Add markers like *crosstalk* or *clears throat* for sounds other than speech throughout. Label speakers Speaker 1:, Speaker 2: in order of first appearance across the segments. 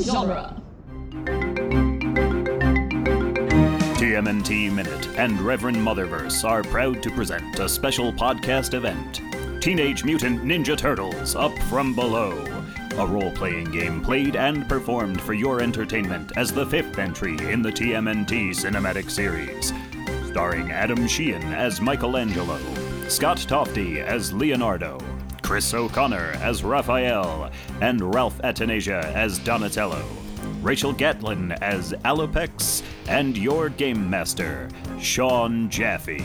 Speaker 1: genre.
Speaker 2: TMNT Minute and Reverend Motherverse are proud to present a special podcast event Teenage Mutant Ninja Turtles Up From Below. A role playing game played and performed for your entertainment as the fifth entry in the TMNT cinematic series. Starring Adam Sheehan as Michelangelo, Scott Tofty as Leonardo, Chris O'Connor as Raphael, and Ralph Atanasia as Donatello. Rachel Gatlin as Alopex, and your game master, Sean Jaffe.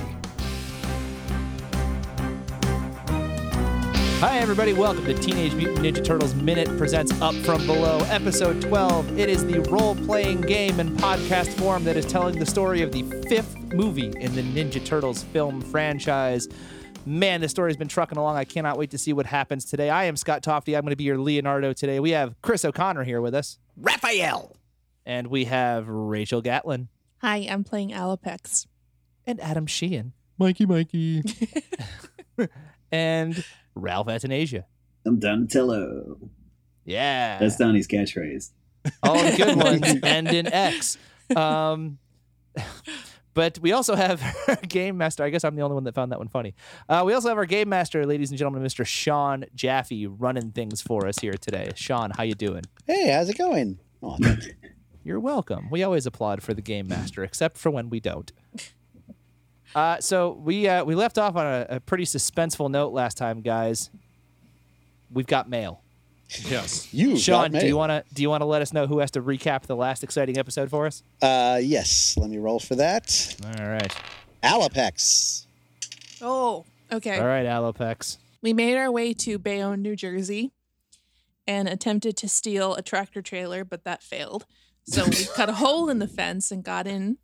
Speaker 3: Hi, everybody. Welcome to Teenage Mutant Ninja Turtles Minute presents Up From Below, Episode 12. It is the role playing game in podcast form that is telling the story of the fifth movie in the Ninja Turtles film franchise. Man, this story's been trucking along. I cannot wait to see what happens today. I am Scott Tofty. I'm going to be your Leonardo today. We have Chris O'Connor here with us,
Speaker 4: Raphael.
Speaker 3: and we have Rachel Gatlin
Speaker 1: Hi, I'm playing Alopex.
Speaker 3: and Adam Sheehan
Speaker 5: Mikey, Mikey.
Speaker 3: *laughs* and Ralph Atanasia.
Speaker 6: I'm Donatello.
Speaker 3: Yeah.
Speaker 6: That's Donnie's catchphrase.
Speaker 3: All the good ones end in X. Um, *laughs* but we also have our game master. I guess I'm the only one that found that one funny. Uh, we also have our game master, ladies and gentlemen, Mr. Sean Jaffe, running things for us here today. Sean, how you doing?
Speaker 7: Hey, how's it going? Oh, thank you.
Speaker 3: You're welcome. We always applaud for the game master, except for when we don't. Uh, so we uh, we left off on a, a pretty suspenseful note last time, guys. We've got mail.
Speaker 5: Yes.
Speaker 7: You,
Speaker 3: Sean,
Speaker 7: got me.
Speaker 3: do you want to do you want to let us know who has to recap the last exciting episode for us?
Speaker 7: Uh, yes. Let me roll for that.
Speaker 3: All right.
Speaker 7: Alapex.
Speaker 1: Oh, okay.
Speaker 3: All right, Alopex.
Speaker 1: We made our way to Bayonne, New Jersey, and attempted to steal a tractor trailer, but that failed. So we
Speaker 3: *laughs*
Speaker 1: cut a hole in the fence and got in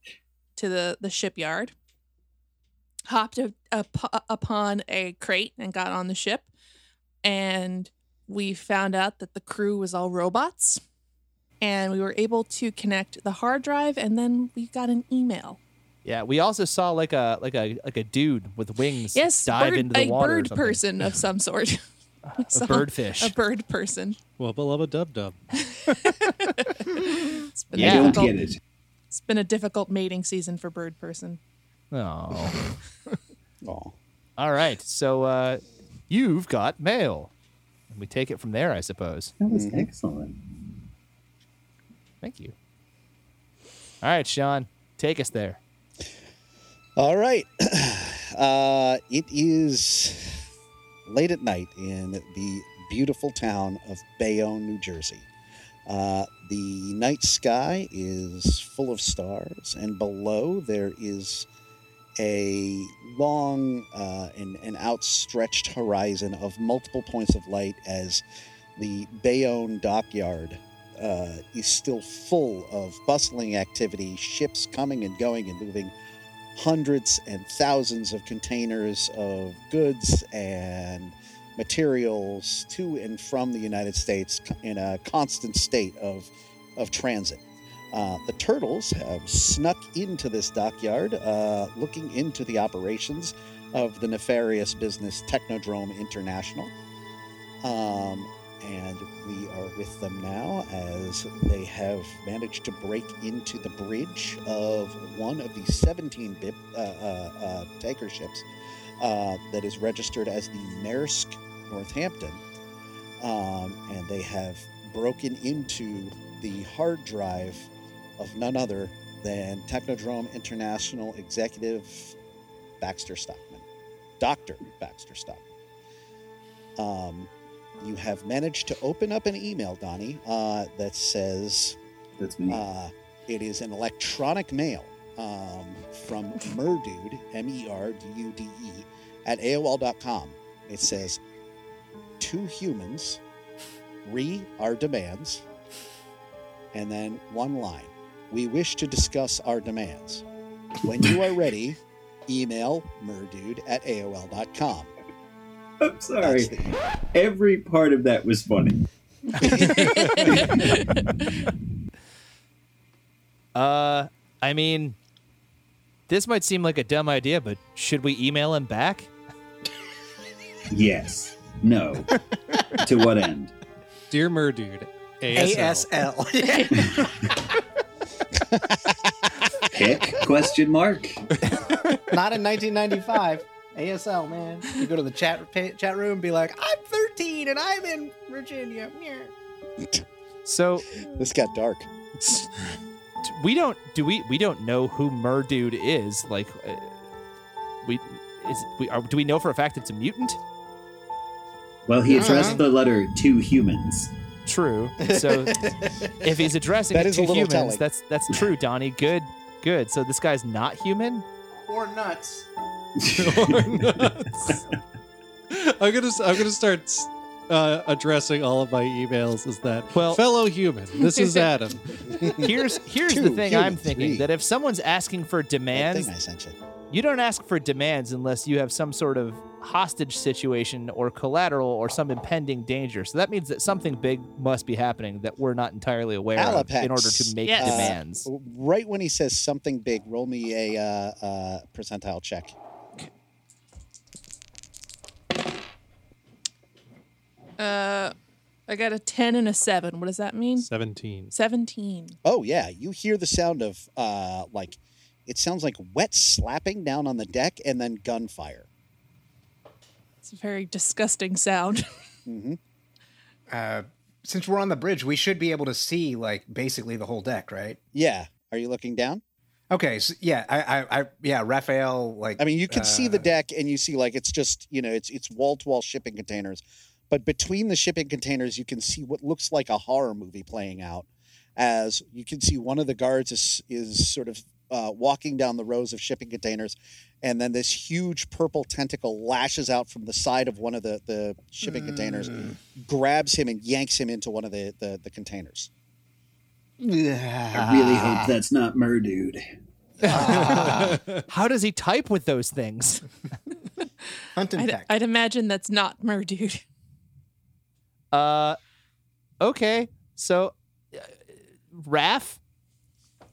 Speaker 1: to the, the shipyard. Hopped up, up, upon a crate and got on the ship, and we found out that the crew was all robots. And we were able to connect the hard drive, and then we got an email.
Speaker 3: Yeah, we also saw like a like a like a dude with wings
Speaker 1: Yes,
Speaker 3: dive
Speaker 1: bird,
Speaker 3: into the
Speaker 1: a
Speaker 3: water. or
Speaker 1: bird
Speaker 3: something.
Speaker 1: person of some sort. *laughs* We
Speaker 3: *laughs* a
Speaker 1: saw
Speaker 3: birdfish.
Speaker 1: A bird person.
Speaker 5: Well, beloved Dub Dub.
Speaker 1: It's been,
Speaker 3: Yeah.
Speaker 6: I
Speaker 1: a
Speaker 6: don't
Speaker 1: difficult,
Speaker 6: get it.
Speaker 1: it's been a difficult mating season for bird person.
Speaker 3: *laughs* oh,
Speaker 7: Oh,
Speaker 3: all right. So uh, you've got mail, and we take it from there, I suppose.
Speaker 6: That was excellent.
Speaker 3: Thank you. All right, Sean, take us there.
Speaker 7: All right. *clears throat* Uh, it is late at night in the beautiful town of Bayonne, New Jersey. Uh, the night sky is full of stars, and below there is a long uh, and, and outstretched horizon of multiple points of light as the Bayonne dockyard uh, is still full of bustling activity, ships coming and going and moving hundreds and thousands of containers of goods and materials to and from the United States in a constant state of, of transit. Uh, the turtles have snuck into this dockyard, uh, looking into the operations of the nefarious business Technodrome International. Um, and we are with them now as they have managed to break into the bridge of one of the 17 bip, uh, uh, uh, tanker ships uh, that is registered as the Maersk Northampton. Um, and they have broken into the hard drive of none other than Technodrome International executive Baxter Stockman, Dr. Baxter Stockman. Um, you have managed to open up an email, Donnie, uh, that says
Speaker 6: That's me.
Speaker 7: uh, it is an electronic mail um, from Merdude, M E R D U D E, at AOL.com. It says, Two humans, re our demands, and then one line. We wish to discuss our demands. When you are ready, email merdude at AOL.com.
Speaker 6: I'm sorry.
Speaker 7: That's the email.
Speaker 6: Every part of that was funny.
Speaker 3: Uh, I mean, this might seem like a dumb idea, but should we email him back?
Speaker 6: Yes. No. to what end?
Speaker 5: Dear Murdude,
Speaker 4: ASL. *laughs* Yeah.
Speaker 6: Heck? Question mark.
Speaker 4: Not in 1995. ASL, man. You go to the chat pa- chat room and be like, I'm 13 and I'm in Virginia. Meh.
Speaker 3: So
Speaker 7: *laughs* This got dark.
Speaker 3: t- we don't do we we don't know who Murdude is. Like, uh, we is we are, do we know for a fact it's a mutant?
Speaker 6: Well, he
Speaker 4: Uh-huh.
Speaker 6: addressed the letter to humans.
Speaker 3: True. *laughs* So if he's addressing
Speaker 7: That
Speaker 3: it
Speaker 7: is
Speaker 3: to
Speaker 7: a little
Speaker 3: humans,
Speaker 7: telling.
Speaker 3: that's that's true, Donnie. Good, good. So this guy's not human.
Speaker 4: Or nuts.
Speaker 5: nuts. I'm gonna I'm gonna start uh, addressing all of my emails as that
Speaker 3: Well-
Speaker 5: fellow human. This is Adam.
Speaker 3: Here's here's the
Speaker 7: Two
Speaker 3: thing I'm
Speaker 7: humans,
Speaker 3: thinking
Speaker 7: three.
Speaker 3: that if someone's asking for
Speaker 7: That
Speaker 3: demands,
Speaker 7: thing I sent you.
Speaker 3: you don't ask for demands unless you have some sort of hostage situation or collateral or some impending danger. So that means that something big must be happening that we're not entirely aware of
Speaker 7: Alapex.
Speaker 3: in order to make
Speaker 1: Yes.
Speaker 3: demands.
Speaker 7: Right when he says something big, roll me a uh, uh, percentile check.
Speaker 1: Uh, I got a 10 and a 7. What does that mean?
Speaker 5: Seventeen.
Speaker 1: 17.
Speaker 7: Oh yeah, you hear the sound of uh, like it sounds like wet slapping down on the deck and then gunfire.
Speaker 1: It's a very disgusting sound. *laughs*
Speaker 7: hmm
Speaker 4: Uh, since we're on the bridge, we should be able to see like basically the whole deck, right?
Speaker 7: Yeah, are you looking down?
Speaker 4: Okay, so yeah, I, I, I yeah, Raphael, like,
Speaker 7: I mean, you can see the
Speaker 4: Uh,
Speaker 7: deck and you see like it's just you know it's it's wall to wall shipping containers, but between the shipping containers you can see what looks like a horror movie playing out. As you can see, one of the guards is is sort of uh, walking down the rows of shipping containers, and then this huge purple tentacle lashes out from the side of one of the the shipping containers
Speaker 4: Mm.
Speaker 7: grabs him and yanks him into one of the, the, the containers.
Speaker 6: I really hope that's not Murdude.
Speaker 4: Ah.
Speaker 3: How does he type with those
Speaker 6: *laughs*
Speaker 3: things?
Speaker 4: Hunt and
Speaker 1: I'd,
Speaker 4: peck.
Speaker 1: I'd imagine that's not Murdude.
Speaker 3: Uh, okay. So, uh, Raph,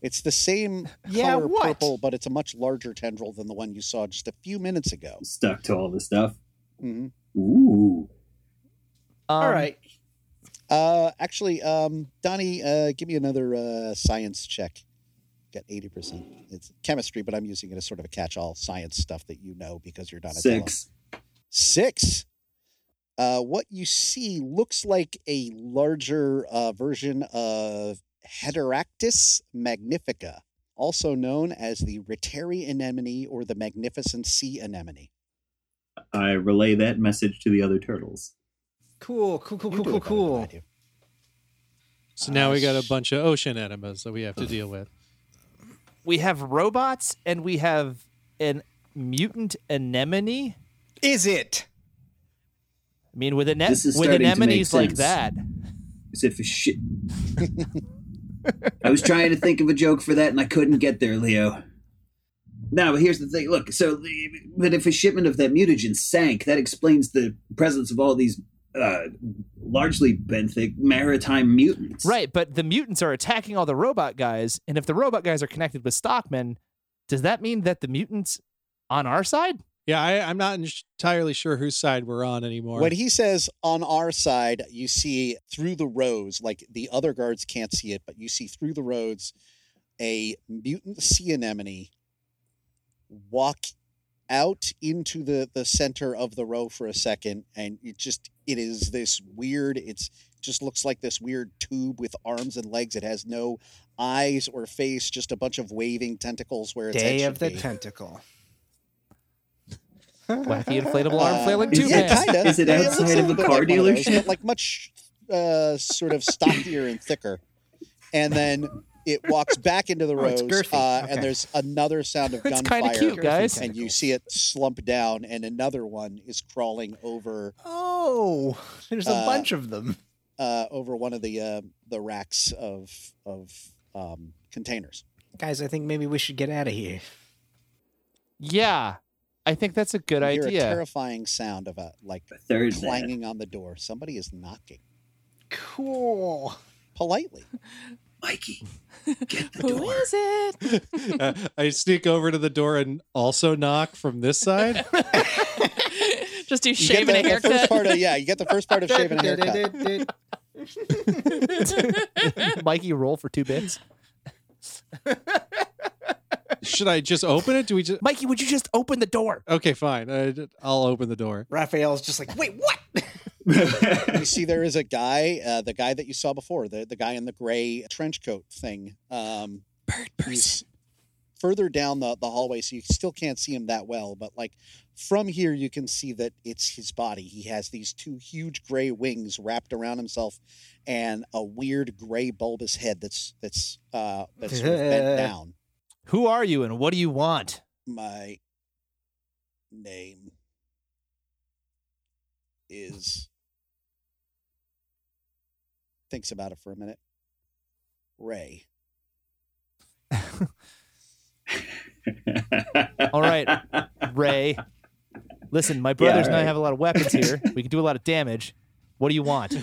Speaker 7: It's the same
Speaker 4: Yeah,
Speaker 7: color
Speaker 4: what?
Speaker 7: purple, but it's a much larger tendril than the one you saw just a few minutes ago.
Speaker 6: Stuck to all the stuff.
Speaker 7: Mhm.
Speaker 3: um,
Speaker 6: Ooh.
Speaker 4: All right.
Speaker 7: Uh, actually, um, Donnie, uh, give me another uh, science check. Got eighty percent. It's chemistry, but I'm using it as sort of a catch-all science stuff that you know because you're Donatello.
Speaker 6: Six.
Speaker 7: Six. Uh, what you see looks like a larger uh, version of Hederactis magnifica, also known as the Riteri anemone or the magnificent sea anemone.
Speaker 6: I relay that message to the other turtles.
Speaker 4: Cool, cool, cool,
Speaker 7: You
Speaker 4: cool,
Speaker 7: do
Speaker 4: cool,
Speaker 7: it better than I do.
Speaker 4: cool.
Speaker 5: So now we got a bunch of ocean enemas that we have to deal with.
Speaker 3: we have robots and we have an mutant anemone.
Speaker 4: Is it?
Speaker 3: I mean, with, ane-
Speaker 6: This is
Speaker 3: with
Speaker 6: starting to make
Speaker 3: anemones like
Speaker 6: sense.
Speaker 3: that.
Speaker 6: As if a shit. I was trying to think of a joke for that and I couldn't get there, Leo. No, but here's the thing. Look, so, but if a shipment of that mutagen sank, that explains the presence of all these uh, largely benthic maritime mutants.
Speaker 3: Right, but the mutants are attacking all the robot guys, and if the robot guys are connected with Stockman, does that mean that the mutants on our side?
Speaker 5: Yeah, I, I'm not entirely sure whose side we're on anymore.
Speaker 7: When he says on our side, you see through the rows, like the other guards can't see it, but you see through the roads a mutant sea anemone walk out into the the center of the row for a second and it just it is this weird it's just looks like this weird tube with arms and legs it has no eyes or face just a bunch of waving tentacles where its
Speaker 4: Day
Speaker 7: head
Speaker 4: of
Speaker 7: should
Speaker 4: the
Speaker 7: be.
Speaker 4: tentacle.
Speaker 3: Wacky inflatable arm
Speaker 7: *laughs* Uh,
Speaker 3: flailing
Speaker 6: is
Speaker 3: tube
Speaker 6: it
Speaker 7: yeah,
Speaker 3: man.
Speaker 7: kind of.
Speaker 6: Is it outside of a car dealership?
Speaker 7: like much uh, sort of stockier and thicker. And then it walks back
Speaker 6: *laughs*
Speaker 7: into the
Speaker 4: Oh, it's
Speaker 7: rows,
Speaker 4: girthy.
Speaker 7: uh,
Speaker 4: Okay.
Speaker 7: and there's another sound of
Speaker 3: It's kind
Speaker 7: gunfire,
Speaker 3: of cute, guys.
Speaker 7: and you see it slump down, and another one is crawling over
Speaker 4: Oh, there's a
Speaker 7: Uh,
Speaker 4: bunch of them.
Speaker 7: uh, over one of the uh, the racks of of um, containers.
Speaker 4: Guys, I think maybe we should get out of here.
Speaker 3: Yeah, I think that's a good
Speaker 7: you hear a
Speaker 3: idea.
Speaker 7: terrifying sound of a like
Speaker 6: A third that.
Speaker 7: clanging on the door. Somebody is knocking
Speaker 4: Cool.
Speaker 7: politely.
Speaker 6: Mikey, get *laughs* the
Speaker 1: Who
Speaker 6: door.
Speaker 1: is it?
Speaker 6: *laughs*
Speaker 5: *laughs* Uh, I sneak over to the door and also knock from this side.
Speaker 1: Just do
Speaker 7: You get
Speaker 1: shave and a
Speaker 7: the, the first
Speaker 1: haircut. *laughs*
Speaker 7: part of yeah, you get the first part of shave and a
Speaker 3: *laughs*
Speaker 7: haircut.
Speaker 3: Mikey, roll for two bits.
Speaker 5: Should I just open it? Do we just?
Speaker 3: Mikey, would you just open the door?
Speaker 5: Okay, fine. I, will open the door.
Speaker 4: Raphael's just like, wait, what?
Speaker 7: you see there is a guy uh, the guy that you saw before the, the guy in the gray trench coat thing um,
Speaker 1: Bird
Speaker 7: he's further down the, the hallway so you still can't see him that well but like from here you can see that it's his body he has these two huge gray wings wrapped around himself and a weird gray bulbous head that's that's uh that's sort
Speaker 1: *laughs*
Speaker 7: of bent down
Speaker 3: Who are you and what do you want?
Speaker 7: my name is thinks about it for a minute ray
Speaker 3: All right, Ray. Listen, my brothers and I
Speaker 6: right.
Speaker 3: have a lot of weapons
Speaker 7: *laughs*
Speaker 3: here. We can do a lot of damage. What do you want?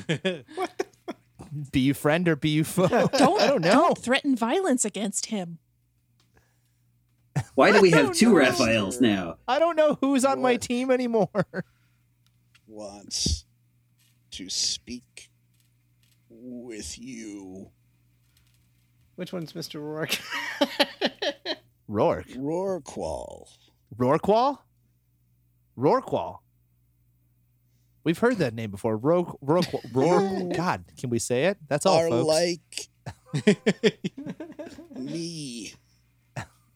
Speaker 3: Be you friend or be you foe?
Speaker 1: Don't,
Speaker 3: I don't know.
Speaker 1: Don't threaten violence against him.
Speaker 6: Why do we have
Speaker 3: don't
Speaker 6: two
Speaker 3: know.
Speaker 6: Raphaels
Speaker 7: Oh,
Speaker 6: now?
Speaker 3: I don't know who's on my
Speaker 7: What?
Speaker 3: team anymore. *laughs*
Speaker 7: wants to speak with you
Speaker 4: Which one's Mr. Rourke? *laughs*
Speaker 3: Rourke.
Speaker 7: Rorqual.
Speaker 3: Rorqual? Rorqual. We've heard that name before. Rourke. Rourke. Rourke. God, can we say it? That's all,
Speaker 7: are
Speaker 3: folks.
Speaker 7: like
Speaker 3: *laughs*
Speaker 7: me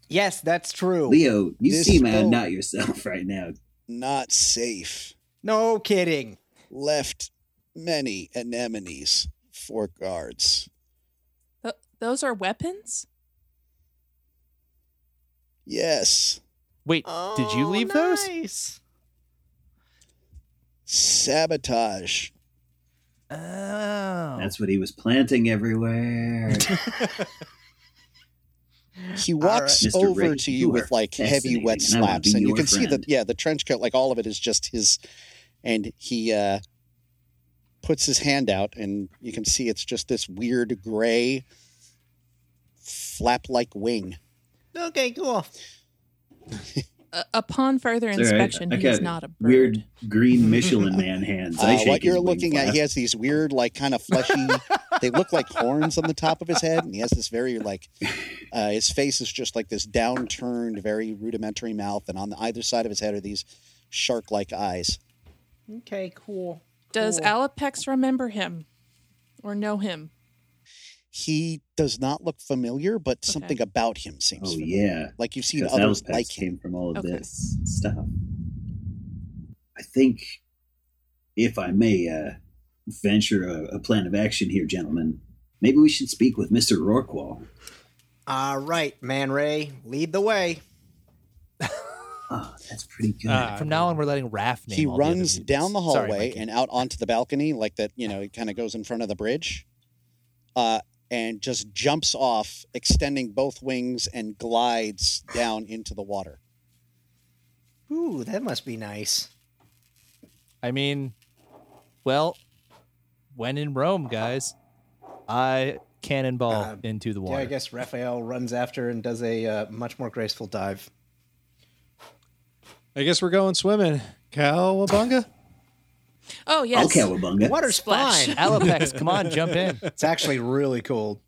Speaker 4: yes, that's true.
Speaker 6: Leo, you
Speaker 7: This
Speaker 6: seem mad,
Speaker 7: phone-
Speaker 6: not yourself *laughs* right now.
Speaker 7: not safe
Speaker 4: No kidding.
Speaker 7: left many anemones for guards
Speaker 1: Th- those are weapons?
Speaker 7: Yes,
Speaker 3: Wait, did you
Speaker 4: Oh,
Speaker 3: leave those?
Speaker 4: nice.
Speaker 7: sabotage.
Speaker 3: Oh.
Speaker 6: That's what he was planting everywhere.
Speaker 7: He walks
Speaker 6: Mr.
Speaker 7: over
Speaker 6: Ray,
Speaker 7: to you,
Speaker 6: you
Speaker 7: with
Speaker 6: are
Speaker 7: like heavy
Speaker 6: fascinating,
Speaker 7: wet
Speaker 6: and I will
Speaker 7: slaps,
Speaker 6: be
Speaker 7: and you
Speaker 6: your
Speaker 7: can see
Speaker 6: friend.
Speaker 7: that yeah, the trench coat, like all of it, is just his. And he uh, puts his hand out, and you can see it's just this weird gray flap-like wing.
Speaker 4: Okay, cool.
Speaker 1: Uh, upon further
Speaker 6: It's all right.
Speaker 1: inspection,
Speaker 6: I
Speaker 1: he is
Speaker 6: got
Speaker 1: not a bird.
Speaker 6: Weird
Speaker 1: *laughs*
Speaker 6: green Michelin man hands. I
Speaker 7: Uh,
Speaker 6: shake
Speaker 7: what
Speaker 6: his
Speaker 7: you're
Speaker 6: wing
Speaker 7: looking at,
Speaker 6: flap.
Speaker 7: he has these weird, like kind of
Speaker 6: *laughs*
Speaker 7: fleshy. they look like horns on the top of his head, and he has this very like, uh, his face is just like this downturned, very rudimentary mouth, and on the either side of his head are these shark-like eyes.
Speaker 4: Okay, cool.
Speaker 1: Does
Speaker 4: Cool.
Speaker 1: Alapex remember him or know him?
Speaker 7: He does not look familiar, but
Speaker 1: Okay.
Speaker 7: something about him seems
Speaker 6: Oh
Speaker 7: familiar.
Speaker 6: yeah,
Speaker 7: like you've seen
Speaker 6: because
Speaker 7: others
Speaker 6: Alpex
Speaker 7: like him.
Speaker 6: came from all of
Speaker 1: Okay.
Speaker 6: this stuff. I think, if I may uh, venture a, a plan of action here, gentlemen, maybe we should speak with Mister Rorqual.
Speaker 4: All right, Man Ray, lead the way.
Speaker 6: Oh, that's pretty good.
Speaker 5: Ah.
Speaker 3: From now on, we're letting Raph name
Speaker 7: He
Speaker 3: all the other mutants.
Speaker 7: runs down the
Speaker 3: Sorry,
Speaker 7: hallway
Speaker 3: Mikey.
Speaker 7: and out onto the balcony, like that, you know, he kind of goes in front of the bridge uh, and just jumps off, extending both wings and glides down into the water.
Speaker 4: Ooh, that must be nice.
Speaker 3: I mean, well, when in Rome, guys, I cannonball
Speaker 4: Uh,
Speaker 3: into the water.
Speaker 4: Yeah, I guess Raphael runs after and does a uh, much more graceful dive.
Speaker 5: I guess we're going swimming. Cowabunga.
Speaker 1: Oh, yes.
Speaker 6: Okay, Wabunga.
Speaker 4: Water's
Speaker 1: Splash. *laughs*
Speaker 4: fine.
Speaker 5: *laughs*
Speaker 3: Alapex, come on, jump in.
Speaker 4: It's actually really cold.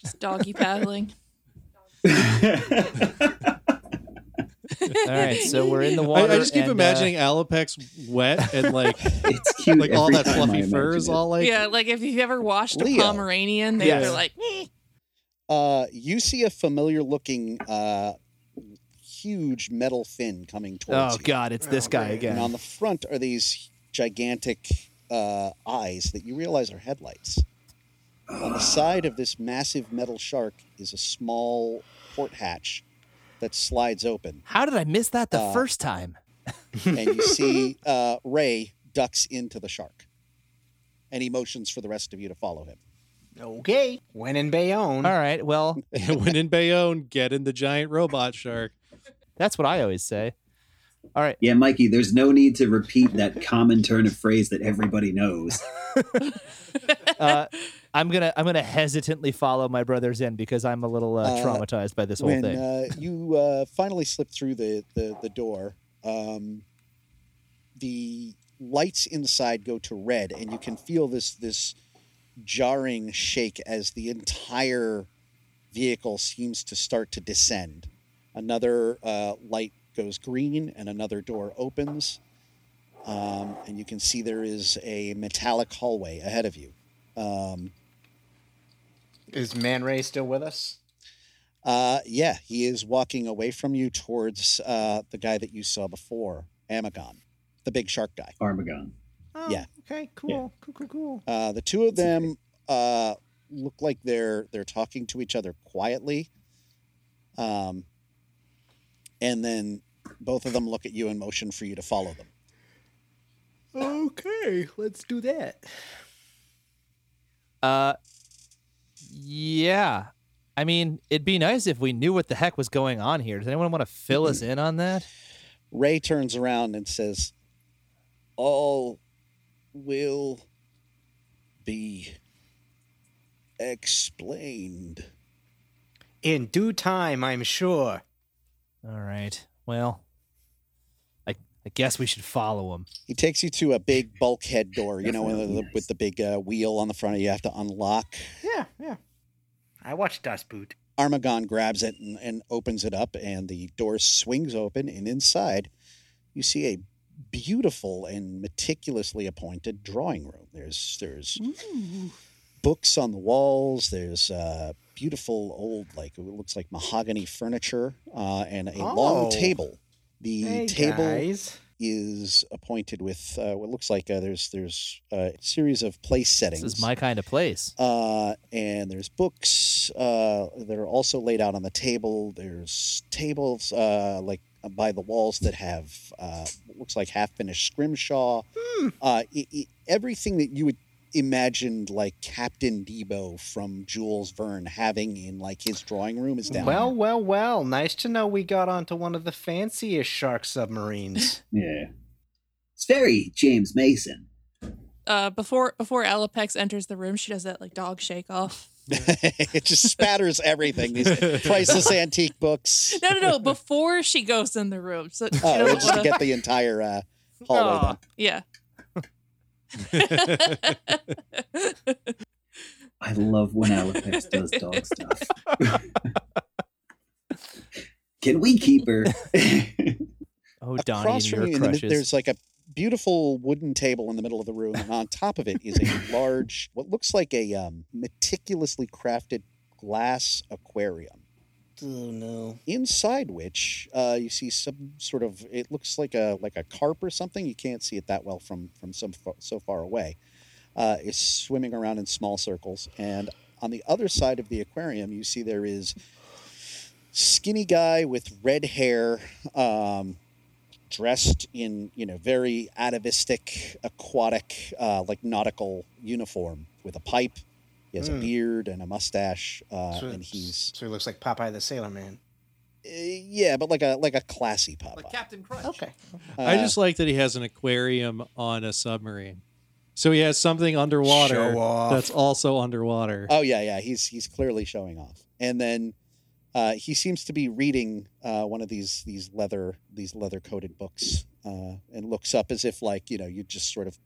Speaker 1: Just doggy paddling.
Speaker 3: All right, so we're in the
Speaker 5: I,
Speaker 3: water.
Speaker 5: I just keep
Speaker 3: and, uh,
Speaker 5: imagining Alapex wet and like
Speaker 6: *laughs* *laughs* It's cute.
Speaker 5: like all
Speaker 6: every
Speaker 5: that
Speaker 6: time I
Speaker 5: fluffy fur
Speaker 6: imagine
Speaker 5: is
Speaker 6: it.
Speaker 5: all like
Speaker 1: yeah, like if you've ever watched a
Speaker 7: Leo.
Speaker 1: Pomeranian, they,
Speaker 5: Yes.
Speaker 1: they're like, "Eh."
Speaker 7: Uh, you see a familiar looking, uh, huge metal fin coming towards
Speaker 3: oh
Speaker 7: you.
Speaker 3: God, it's this guy
Speaker 7: And on
Speaker 3: again.
Speaker 7: the front are these gigantic uh, eyes that you realize are headlights. On the side of this massive metal shark is a small port hatch that slides open,
Speaker 3: How did I miss that the
Speaker 7: Uh,
Speaker 3: first
Speaker 7: *laughs*
Speaker 3: time?
Speaker 7: and you see uh, Ray ducks into the shark, and he motions for the rest of you to follow him.
Speaker 4: Okay. When in Bayonne.
Speaker 3: All right, well,
Speaker 5: *laughs* when in Bayonne, get in the giant robot shark.
Speaker 3: that's what I always say. All right,
Speaker 6: Yeah, Mikey, there's no need to repeat that common turn of phrase that everybody knows.
Speaker 7: *laughs*
Speaker 3: uh, I'm gonna I'm gonna hesitantly follow my brothers in because I'm a little uh,
Speaker 7: Uh,
Speaker 3: traumatized by this whole
Speaker 7: when
Speaker 3: thing.
Speaker 7: uh, you uh, finally slip through the, the, the door, um, the lights inside go to red, and you can feel this this jarring shake as the entire vehicle seems to start to descend. Another uh, light goes green and another door opens. Um, and you can see there is a metallic hallway ahead of you. Um,
Speaker 4: Is Man Ray still with us?
Speaker 7: uh, yeah, he is walking away from you towards uh, the guy that you saw before, Amagon, the big shark guy.
Speaker 6: Armagon.
Speaker 4: Oh,
Speaker 7: Yeah.
Speaker 4: Okay. Cool. Cool. Cool. Cool.
Speaker 7: Uh, the two of them uh, look like they're they're talking to each other quietly, um, and then both of them look at you and motion for you to follow them.
Speaker 4: Okay. Let's do that.
Speaker 3: Uh, yeah. I mean, it'd be nice if we knew what the heck was going on here. Does anyone want to fill us in on that?
Speaker 7: Ray turns around and says, "All will be explained."
Speaker 4: In due time, I'm sure.
Speaker 3: All right. Well, I I guess we should follow him.
Speaker 7: He takes you to a big bulkhead door, you know, with
Speaker 6: Definitely
Speaker 7: the,
Speaker 6: nice.
Speaker 7: with the big uh, wheel on the front. You have to unlock.
Speaker 4: Yeah. Yeah. I watched Dust Boot.
Speaker 7: Armagon grabs it and, and opens it up, and the door swings open. And inside, you see a beautiful and meticulously appointed drawing room. There's there's books on the walls. There's uh, beautiful old like it looks like mahogany furniture uh, and a long
Speaker 4: Oh.
Speaker 7: table. The
Speaker 4: Hey,
Speaker 7: table
Speaker 4: guys.
Speaker 7: is appointed with uh, what looks like uh, there's there's uh, a series of place settings
Speaker 3: This is my kind of place.
Speaker 7: uh, and there's books uh, that are also laid out on the table. There's tables uh, like by the walls that have uh, what looks like half finished scrimshaw.
Speaker 3: Hmm.
Speaker 7: Uh, i i everything that you would imagined like Captain Debo from Jules Verne having in like his drawing room is down.
Speaker 4: Well, well, well. Nice to know we got onto one of the fanciest shark submarines.
Speaker 6: Yeah. It's very James Mason.
Speaker 1: Uh, before before Alapex enters the room, she does that like dog shake off.
Speaker 7: *laughs*
Speaker 1: *laughs*
Speaker 7: it just spatters
Speaker 3: *laughs*
Speaker 7: everything.
Speaker 5: *laughs*
Speaker 7: These priceless antique books.
Speaker 1: No, no, no. Before she goes in the room, so she
Speaker 7: Oh,
Speaker 1: doesn't
Speaker 7: just to
Speaker 1: wanna-
Speaker 7: get the entire uh, hallway.
Speaker 1: Aw,
Speaker 7: done.
Speaker 1: *laughs* yeah. *laughs*
Speaker 6: I love when Alex does
Speaker 3: *laughs*
Speaker 6: dog stuff. Can we
Speaker 3: *laughs*
Speaker 6: keep her?
Speaker 3: Oh, Donnie
Speaker 7: across
Speaker 3: and
Speaker 7: from
Speaker 3: your
Speaker 7: you, in the mid-
Speaker 3: crushes.
Speaker 7: there's like a beautiful wooden table in the middle of the room, and on top of it is
Speaker 3: *laughs*
Speaker 7: a large, what looks like a um, meticulously crafted glass aquarium.
Speaker 4: oh no.
Speaker 7: Inside which uh, you see some sort of, it looks like a like a carp or something. You can't see it that well from from some fa- so far away. Uh, is swimming around in small circles, and on the other side of the aquarium, you see there is skinny guy with red hair, um, dressed in you know very atavistic, aquatic, uh, like nautical uniform with a pipe. He has a
Speaker 4: Hmm.
Speaker 7: beard and a mustache, *laughs* uh,
Speaker 4: so,
Speaker 7: and he's
Speaker 4: so he looks like Popeye the Sailor Man.
Speaker 7: uh, yeah, but like a like a classy Popeye.
Speaker 3: Captain Crunch.
Speaker 4: Okay.
Speaker 5: I
Speaker 7: Uh,
Speaker 5: just like that he has an aquarium on a submarine. So he has something underwater
Speaker 4: Show off.
Speaker 5: that's also underwater.
Speaker 7: Oh yeah, yeah. He's he's clearly showing off, and then uh, he seems to be reading uh, one of these these leather these leather coated books, uh, and looks up as if like you know you just sort of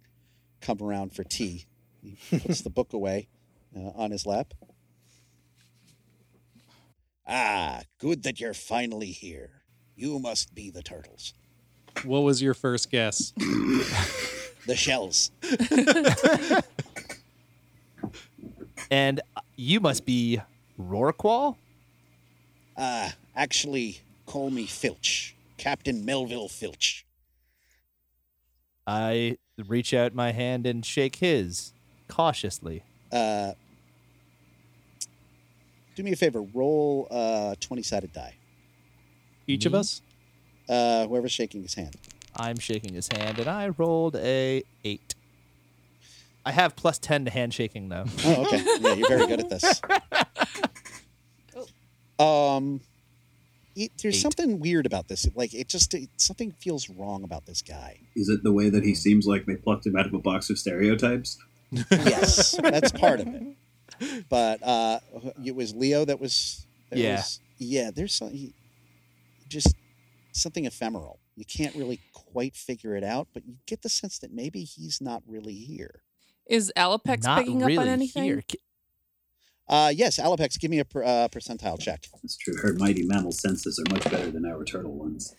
Speaker 7: come around for tea. He puts the book away uh, on his lap. Ah, good that you're finally here. You must be the turtles,
Speaker 5: What was your first guess?
Speaker 7: the shells.
Speaker 3: And uh, you must be Rorqual?
Speaker 7: Uh, actually, call me Filch, Captain Melville Filch.
Speaker 3: I reach out my hand and shake his cautiously.
Speaker 7: Uh, do me a favor. Roll uh, twenty sided die.
Speaker 5: Each of
Speaker 3: Me?
Speaker 5: us?
Speaker 7: Uh, whoever's shaking his hand.
Speaker 3: I'm shaking his hand, and I rolled a eight. I have plus ten to handshaking
Speaker 1: *laughs*
Speaker 3: though.
Speaker 7: Oh, okay. yeah, you're very good at this. Um, it, there's
Speaker 3: Eight.
Speaker 7: something weird about this. Like it just it, something feels wrong about this guy.
Speaker 8: Is it the way that he seems like they plucked him out of a box of stereotypes?
Speaker 7: Yes, that's part of it. But uh, it was Leo that was. That
Speaker 3: Yeah.
Speaker 7: Was, yeah. There's some, he, just something ephemeral. You can't really quite figure it out, but you get the sense that maybe he's not really here.
Speaker 1: Is Alapex
Speaker 3: Not
Speaker 1: picking
Speaker 3: really
Speaker 1: up on anything?
Speaker 3: here. K-
Speaker 7: Uh, yes, Alapex, give me a per, uh, percentile check.
Speaker 8: That's true. Her mighty mammal senses are much better than our turtle ones.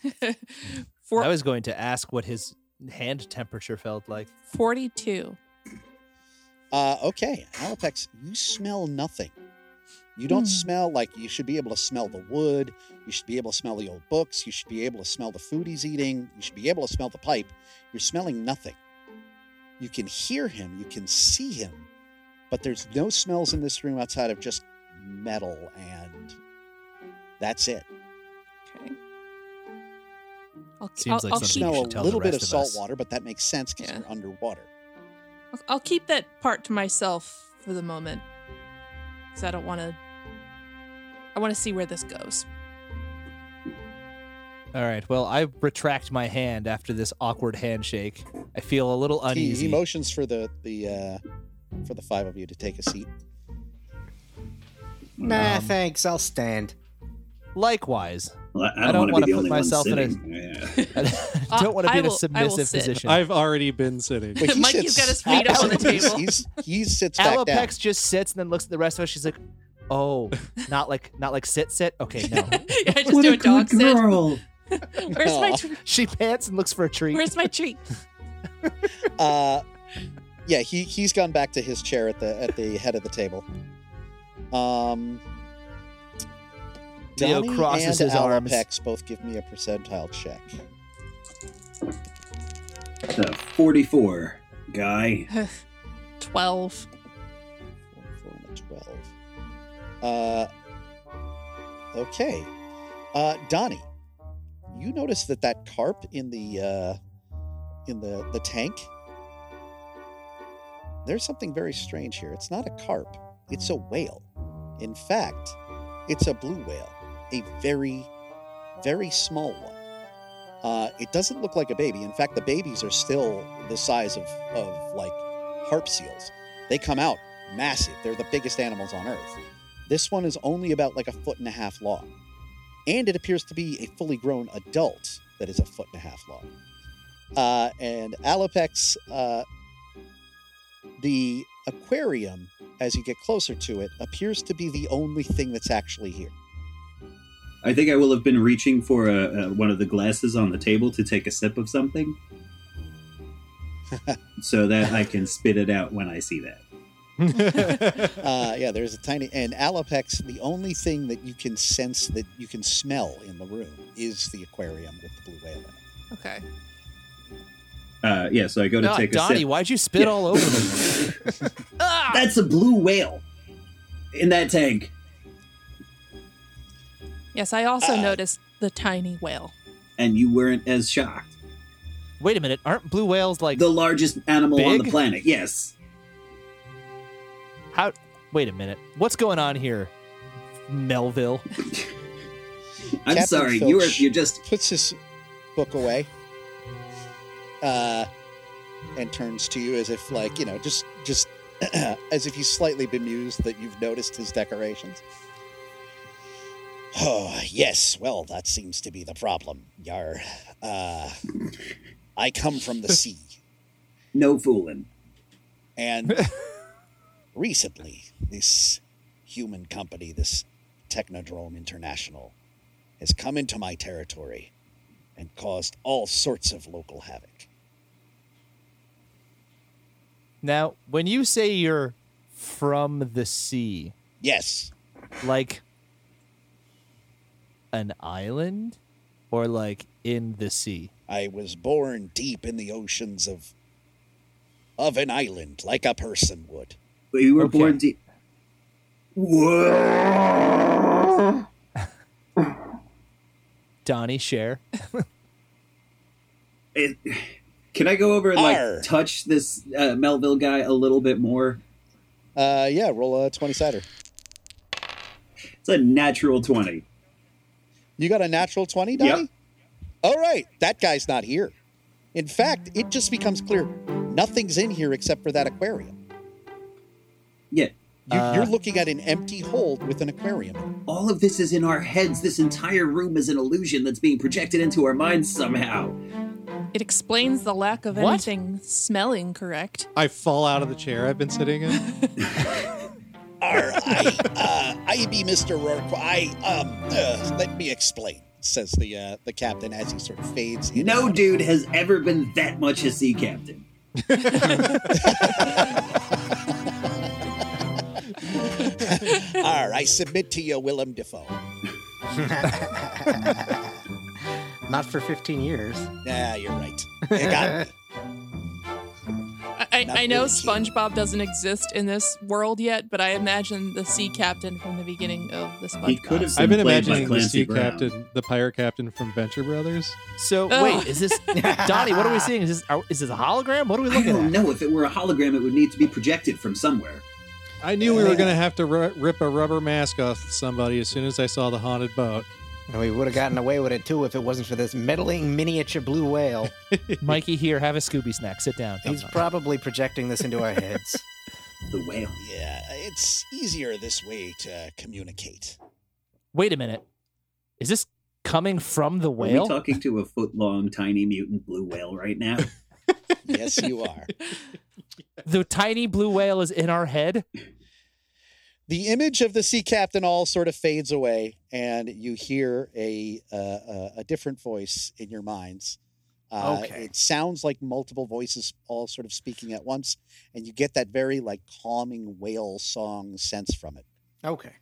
Speaker 1: For, *laughs*
Speaker 3: I was going to ask what his hand temperature felt like.
Speaker 1: 42.
Speaker 7: Uh, okay, Alapex, you smell nothing. You don't
Speaker 1: Hmm.
Speaker 7: smell like you should be able to smell the wood. You should be able to smell the old books. You should be able to smell the food he's eating. You should be able to smell the pipe. You're smelling nothing. You can hear him. You can see him. But there's no smells in this room outside of just metal, and that's it.
Speaker 1: Okay. I'll,
Speaker 3: Seems
Speaker 1: I'll,
Speaker 3: like something
Speaker 1: I'll keep,
Speaker 7: You
Speaker 3: you
Speaker 7: smell
Speaker 3: should
Speaker 7: a
Speaker 3: tell the
Speaker 7: little bit of
Speaker 3: rest of
Speaker 7: salt
Speaker 3: us.
Speaker 7: water, but that makes sense because
Speaker 1: Yeah.
Speaker 7: you're underwater.
Speaker 1: I'll- I'll keep that part to myself for the moment. Because I don't want to. I want to see where this goes. *laughs*
Speaker 3: All right. Well, I retract my hand after this awkward handshake. I feel a little
Speaker 7: He,
Speaker 3: uneasy.
Speaker 7: he motions for the the uh, for the five of you to take a seat.
Speaker 4: Nah,
Speaker 3: Um,
Speaker 4: thanks. I'll stand.
Speaker 3: Likewise, *laughs*
Speaker 8: Well, I,
Speaker 3: I don't
Speaker 8: don't, want to
Speaker 3: wanna
Speaker 8: be
Speaker 3: put
Speaker 8: the only one
Speaker 3: myself in a-
Speaker 8: sitting. Yeah.
Speaker 3: I
Speaker 1: Uh,
Speaker 3: don't want to be
Speaker 1: I
Speaker 3: in a
Speaker 1: will- I will
Speaker 3: submissive
Speaker 1: sit.
Speaker 3: position.
Speaker 5: I've already been sitting.
Speaker 7: But he
Speaker 1: Mikey's got his
Speaker 7: sits
Speaker 1: feet up on the
Speaker 7: opposite. He's-
Speaker 1: table.
Speaker 7: He's, he sits back down.
Speaker 3: Alapex just sits and then looks at the rest of us. She's like,
Speaker 8: *laughs*
Speaker 3: "Oh, not like not like sit sit. Okay, no."
Speaker 1: yeah, I just do a dog sit.
Speaker 6: girl.
Speaker 1: *laughs* Where's my
Speaker 7: Aw.
Speaker 1: tr-
Speaker 3: she pants and looks for a treat.
Speaker 1: Where's my treat?
Speaker 7: Uh, yeah, he he's gone back to his chair at the at the head of the table. Um,
Speaker 3: Leo
Speaker 7: Donnie
Speaker 3: crosses
Speaker 7: and
Speaker 3: his arms.
Speaker 7: Alapex both give me a percentile check.
Speaker 6: The 44 guy.
Speaker 1: 12.
Speaker 7: Four and a twelve. Uh, okay, uh, Donnie, you notice that that carp in the uh, in the the tank. There's something very strange here. It's not a carp. It's a whale. In fact, it's a blue whale, a very, very small one. Uh, it doesn't look like a baby. In fact, the babies are still the size of of like harp seals. They come out massive. They're the biggest animals on Earth. This one is only about like a foot and a half long. And it appears to be a fully grown adult that is a foot and a half long. Uh, and Alopex, uh, the aquarium, as you get closer to it, appears to be the only thing that's actually here.
Speaker 8: I think I will have been reaching for uh uh one of the glasses on the table to take a sip of
Speaker 3: *laughs*
Speaker 8: something, so that I can spit it out when I see that.
Speaker 7: Uh, yeah, there's a tiny. And Alopex, the only thing that you can sense that you can smell in the room is the aquarium with the blue whale in it.
Speaker 1: Okay.
Speaker 8: Uh, yeah, so I go to
Speaker 3: God,
Speaker 8: take a
Speaker 3: Donnie,
Speaker 8: sip.
Speaker 3: why'd you spit all
Speaker 8: *laughs*
Speaker 3: over me?
Speaker 6: That's a blue whale in that tank.
Speaker 1: Yes, I also
Speaker 7: Uh.
Speaker 1: noticed the tiny whale.
Speaker 6: And you weren't as shocked.
Speaker 3: Wait a minute, aren't blue whales like
Speaker 6: The largest animal on the
Speaker 3: Big?
Speaker 6: planet. Yes.
Speaker 3: how? Wait a minute, what's going on here,
Speaker 8: *laughs*
Speaker 3: Melville?
Speaker 6: I'm
Speaker 7: Captain
Speaker 6: sorry.
Speaker 7: Filch.
Speaker 6: You're you're just
Speaker 7: puts his book away uh, and turns to you as if like you know just just *clears throat* as if he's slightly bemused that you've noticed his decorations oh yes well that seems to be the problem yar uh, i come from the sea
Speaker 6: no fooling.
Speaker 7: and recently, this human company, this Technodrome International, has come into my territory and caused all sorts of local havoc.
Speaker 3: Now, when you say you're from the sea,
Speaker 7: Yes,
Speaker 3: like an island, or like in the sea?
Speaker 7: I was born deep in the oceans of of an island, like a person would.
Speaker 6: But you were
Speaker 3: Okay.
Speaker 6: born deep. Whoa.
Speaker 3: Donnie, share.
Speaker 6: It, can I go over and like
Speaker 7: Arr.
Speaker 6: touch this uh, Melville guy a little bit more?
Speaker 7: Uh, yeah, roll a twenty sider.
Speaker 6: It's a natural twenty.
Speaker 7: You got a natural 20,
Speaker 6: Yep.
Speaker 7: Donnie? All right. That guy's not here. In fact, it just becomes clear nothing's in here except for that aquarium.
Speaker 6: Yeah.
Speaker 7: You,
Speaker 3: Uh,
Speaker 7: you're looking at an empty hold with an aquarium. in it.
Speaker 6: All of this is in our heads. This entire room is an illusion that's being projected into our minds somehow.
Speaker 1: It explains the lack of
Speaker 3: What?
Speaker 1: anything smelling correct.
Speaker 5: I fall out of the chair I've been sitting in.
Speaker 7: Arr, I, uh, I be Mr. Rourke. I, um, uh, let me explain, says the uh, the captain as he sort of fades. in. *laughs*
Speaker 6: No dude has ever been that much a sea captain.
Speaker 7: Arr, I submit to you, Willem Defoe.
Speaker 4: Not for 15 years.
Speaker 7: Nah, you're right. You got me.
Speaker 1: I, I,
Speaker 7: Not
Speaker 1: I know
Speaker 7: really keen.
Speaker 1: SpongeBob doesn't exist in this world yet, but I imagine the sea captain from the beginning of the SpongeBob.
Speaker 6: He could have been,
Speaker 5: I've been
Speaker 6: played by
Speaker 5: imagining the
Speaker 6: Clancy
Speaker 5: sea
Speaker 6: Brown.
Speaker 5: captain, the pirate captain from Venture Brothers.
Speaker 3: So
Speaker 1: Oh.
Speaker 3: wait, is this
Speaker 8: *laughs*
Speaker 3: Donnie? What are we seeing? Is this are, is this a hologram? What are we
Speaker 6: I
Speaker 3: looking
Speaker 6: don't
Speaker 3: at?
Speaker 6: know if it were a hologram, it would need to be projected from somewhere.
Speaker 5: I knew we were going to have to ru- rip a rubber mask off somebody as soon as I saw the haunted *laughs* boat.
Speaker 4: And we would have gotten away with it too if it wasn't for this meddling miniature blue
Speaker 7: *laughs*
Speaker 4: whale.
Speaker 3: Mikey, here, have a Scooby snack. Sit down.
Speaker 4: He's probably projecting this into
Speaker 7: *laughs*
Speaker 4: our heads.
Speaker 6: The whale.
Speaker 7: Yeah, it's easier this way to communicate.
Speaker 3: Wait a minute. Is this coming from the
Speaker 6: Are we
Speaker 3: whale?
Speaker 6: talking to a foot long tiny mutant blue whale right now? *laughs*
Speaker 7: Yes, you are.
Speaker 3: The tiny blue whale is in our head.
Speaker 7: the image of the sea captain all sort of fades away, and you hear a uh, uh, a different voice in your minds. Uh,
Speaker 4: Okay.
Speaker 7: It sounds like multiple voices all sort of speaking at once, and you get that very like calming whale song sense from it.
Speaker 4: Okay.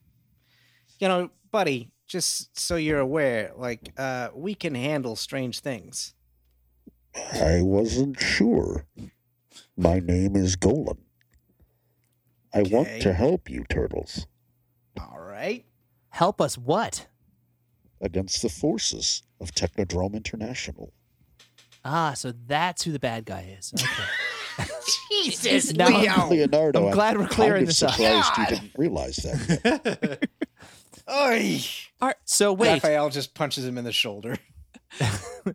Speaker 4: You know, buddy, just so you're aware, like, uh, we can handle strange things.
Speaker 7: I wasn't sure. My name is Golan. I
Speaker 4: want Okay. to
Speaker 7: help you, turtles,
Speaker 4: All right.
Speaker 3: Help us what?
Speaker 7: against the forces of Technodrome International.
Speaker 3: Ah, so that's who the bad guy
Speaker 7: *laughs*
Speaker 3: is. Okay.
Speaker 4: Jesus,
Speaker 3: Now-
Speaker 4: Leo.
Speaker 7: Leonardo,
Speaker 3: I'm glad we're clearing
Speaker 7: kind of
Speaker 3: this up.
Speaker 7: surprised you didn't realize that.
Speaker 4: Oy.
Speaker 3: So wait,
Speaker 4: Raphael just punches him in
Speaker 3: *laughs*
Speaker 4: the shoulder.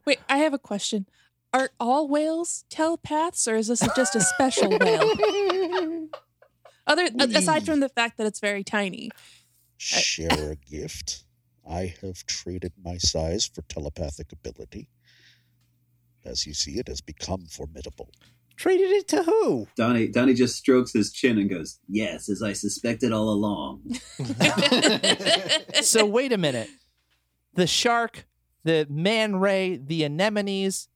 Speaker 1: Wait, I have a question. Are all whales telepaths, or is this just a special whale?
Speaker 6: *laughs*
Speaker 1: Other a- aside from the fact that it's very tiny,
Speaker 6: *laughs*
Speaker 7: share a gift. I have traded my size for telepathic ability. As you see, it has become formidable.
Speaker 4: Traded it to who?
Speaker 6: Donnie, Donnie just strokes his chin and goes, Yes, as I suspected all along.
Speaker 3: so wait a minute. The shark, the man ray, the anemones,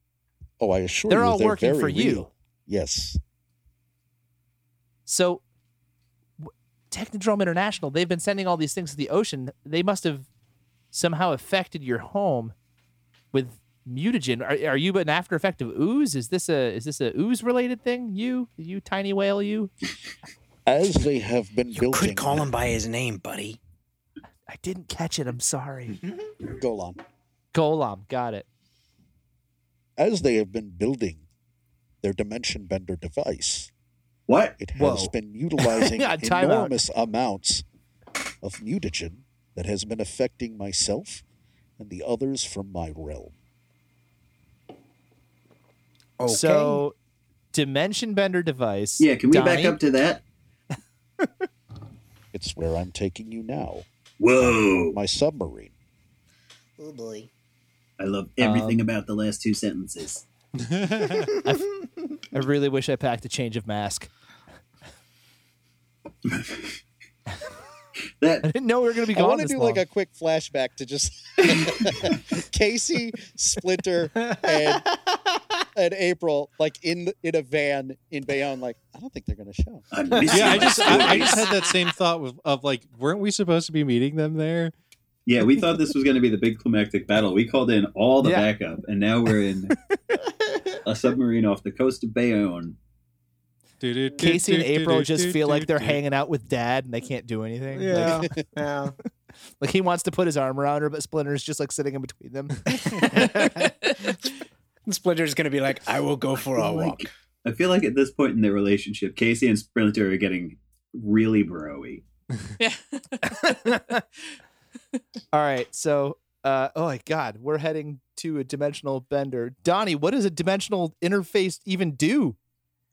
Speaker 7: Oh, I assure
Speaker 3: they're
Speaker 7: you,
Speaker 3: all
Speaker 7: they're
Speaker 3: working
Speaker 7: very
Speaker 3: for you.
Speaker 7: real. Yes,
Speaker 3: So w- Technodrome International, they've been sending all these things to the ocean. They must have somehow affected your home with mutagen. Are, are you an after effect of ooze? Is this a is this a ooze related thing? You you tiny whale you?
Speaker 7: as they have been
Speaker 4: You
Speaker 7: building.
Speaker 4: could call him by his name, buddy.
Speaker 3: I didn't catch it. I'm sorry.
Speaker 6: Mm-hmm.
Speaker 7: Golan.
Speaker 3: Golem, got it.
Speaker 7: As they have been building their dimension bender device,
Speaker 6: What?
Speaker 7: it has
Speaker 3: Whoa.
Speaker 7: been
Speaker 3: *laughs*
Speaker 7: utilizing
Speaker 3: Yeah, time out.
Speaker 7: enormous amounts of mutagen that has been affecting myself and the others from my realm.
Speaker 4: Okay.
Speaker 3: So Dimension Bender device.
Speaker 6: Yeah, can we back
Speaker 3: Donnie?
Speaker 6: up to that?
Speaker 7: It's where I'm taking you now,
Speaker 6: Whoa.
Speaker 7: my submarine.
Speaker 4: oh boy.
Speaker 6: I love everything
Speaker 3: Um,
Speaker 6: about the last two sentences.
Speaker 3: I really wish I packed a change of mask. *laughs* I *laughs*
Speaker 6: That
Speaker 3: didn't know we were gonna be
Speaker 7: I
Speaker 3: gone.
Speaker 7: want to
Speaker 3: this
Speaker 7: do
Speaker 3: long.
Speaker 7: like a quick flashback to just *laughs* Casey, Splinter, and and April, like in in a van in Bayonne. Like I don't think they're gonna show. *laughs*
Speaker 6: I'm missing
Speaker 5: *laughs* yeah, I
Speaker 6: my
Speaker 5: just I, I
Speaker 6: *laughs* stories.
Speaker 5: just had that same thought of, of like, weren't we supposed to be meeting them there?
Speaker 8: Yeah, we thought this was going to be the big climactic battle. We called in all the
Speaker 3: Yeah.
Speaker 8: backup, and now we're
Speaker 3: *laughs*
Speaker 8: in a submarine off the coast of Bayonne.
Speaker 5: Doo-doo-doo,
Speaker 3: Casey and
Speaker 5: doo-doo-doo,
Speaker 3: April just feel like *laughs* they're
Speaker 5: doo-doo-doo.
Speaker 3: hanging out with dad and they can't do anything. Like-
Speaker 4: Yeah. *laughs* yeah.
Speaker 3: Like he wants to put his arm around her, but Splinter's just like sitting in between
Speaker 4: *laughs*
Speaker 3: them.
Speaker 4: Splinter's gonna be like, I will go for a walk.
Speaker 8: I feel like at this point in their relationship, Casey and Sprinter are getting really broy.
Speaker 1: yeah.
Speaker 3: All right, so uh, oh my god, we're heading to a dimensional bender. Donnie, what does a dimensional interface even do?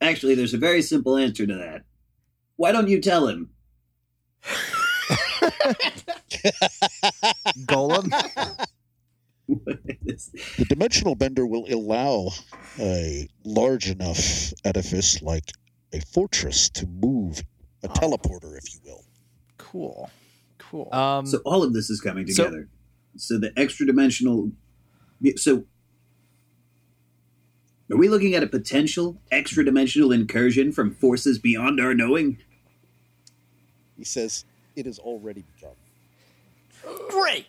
Speaker 6: Actually, there's a very simple answer to that. Why don't you tell him?
Speaker 3: Golem?
Speaker 8: This-
Speaker 7: The dimensional bender will allow a large enough edifice like a fortress to move, a teleporter, if you will.
Speaker 3: Cool. Cool.
Speaker 8: *laughs*
Speaker 3: Um,
Speaker 8: so all of this is coming
Speaker 3: so-
Speaker 8: together. So, the extra dimensional. So are we looking at a potential extra dimensional incursion from forces beyond our knowing?
Speaker 7: He says it has already begun.
Speaker 3: great.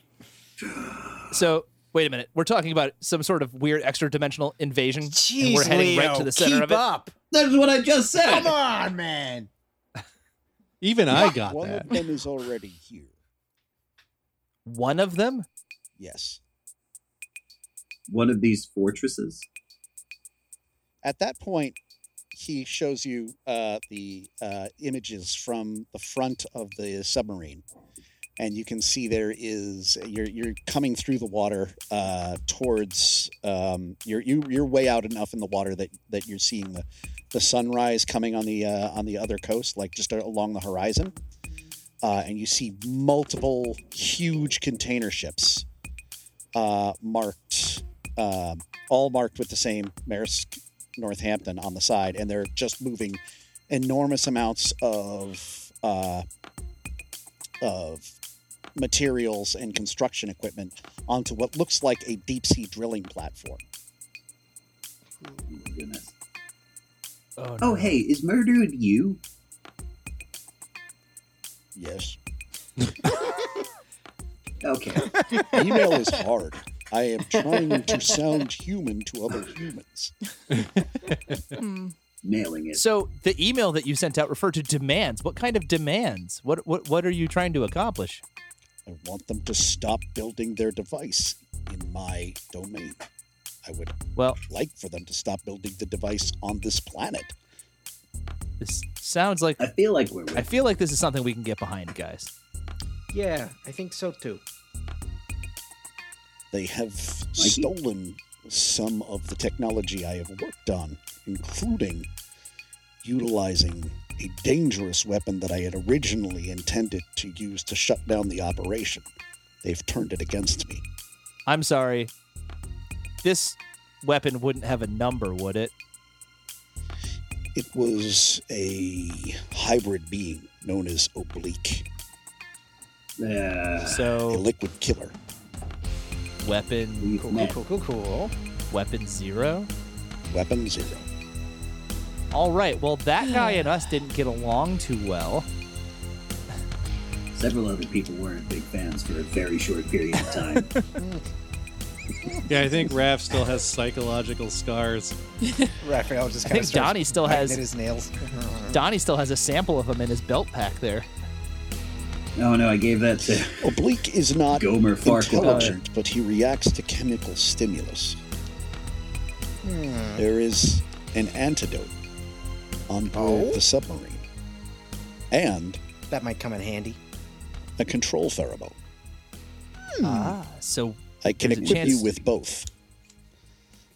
Speaker 3: So wait a minute. We're talking about some sort of weird extra dimensional invasion, and we're heading right to the center
Speaker 4: keep
Speaker 3: of it.
Speaker 4: up.
Speaker 8: That's what I just said.
Speaker 4: Come on, man.
Speaker 5: Even I got
Speaker 7: One
Speaker 5: that.
Speaker 7: of them is already here.
Speaker 3: One of them.
Speaker 7: Yes.
Speaker 8: One of these fortresses.
Speaker 7: At that point, he shows you uh, the uh, images from the front of the submarine, and you can see there is you're you're coming through the water uh, towards um, you're you, you're way out enough in the water that that you're seeing the the sunrise coming on the uh, on the other coast, like just along the horizon, uh, and you see multiple huge container ships uh, marked. Um, all marked with the same Maersk Northampton on the side, and they're just moving enormous amounts of uh, of materials and construction equipment onto what looks like a deep sea drilling platform.
Speaker 8: Oh, my goodness.
Speaker 3: Oh,
Speaker 8: Oh, hey, is murdered you?
Speaker 7: Yes,
Speaker 8: Okay. *laughs*
Speaker 7: email is hard. I am trying to sound human to other humans.
Speaker 1: Hmm.
Speaker 8: Nailing it.
Speaker 3: So the email that you sent out referred to demands. What kind of demands? What what what are you trying to accomplish?
Speaker 7: I want them to stop building their device in my domain. I would
Speaker 3: Well,
Speaker 7: like for them to stop building the device on this planet.
Speaker 3: this sounds like
Speaker 8: I feel like we're
Speaker 3: I
Speaker 8: with
Speaker 3: feel like this is something we can get behind, guys.
Speaker 4: Yeah, I think so too.
Speaker 7: They have stolen some of the technology I have worked on, including utilizing a dangerous weapon that I had originally intended to use to shut down the operation. They've turned it against me.
Speaker 3: I'm sorry. This weapon wouldn't have a number, would it?
Speaker 7: It was a hybrid being known as Oblique,
Speaker 8: uh,
Speaker 7: a
Speaker 3: So
Speaker 7: liquid killer.
Speaker 3: weapon
Speaker 8: we've
Speaker 4: Cool, cool,
Speaker 8: met.
Speaker 4: cool, cool, cool.
Speaker 3: weapon zero.
Speaker 7: Weapon zero.
Speaker 3: All right. Well, that guy and us didn't get along too well.
Speaker 8: Several other people weren't big fans for a very short period of
Speaker 3: *laughs*
Speaker 8: time.
Speaker 5: Yeah, I think Raph still has psychological scars. *laughs*
Speaker 4: Raphael just
Speaker 3: I
Speaker 4: kind
Speaker 3: think
Speaker 4: of starts
Speaker 3: Donnie still
Speaker 4: biting
Speaker 3: has-
Speaker 4: at his nails. Uh-huh.
Speaker 3: Donnie still has a sample of him in his belt pack there.
Speaker 8: oh no, I gave that to
Speaker 7: Oblique is not
Speaker 8: Gomer Farquhar.
Speaker 7: intelligent, but he reacts to chemical stimulus.
Speaker 4: Hmm.
Speaker 7: There is an antidote on board
Speaker 4: Oh?
Speaker 7: the submarine and
Speaker 4: That might come in handy.
Speaker 7: a control pheromone.
Speaker 3: Ah, so
Speaker 7: I can
Speaker 3: There's a
Speaker 7: equip you
Speaker 3: chance-
Speaker 7: with both.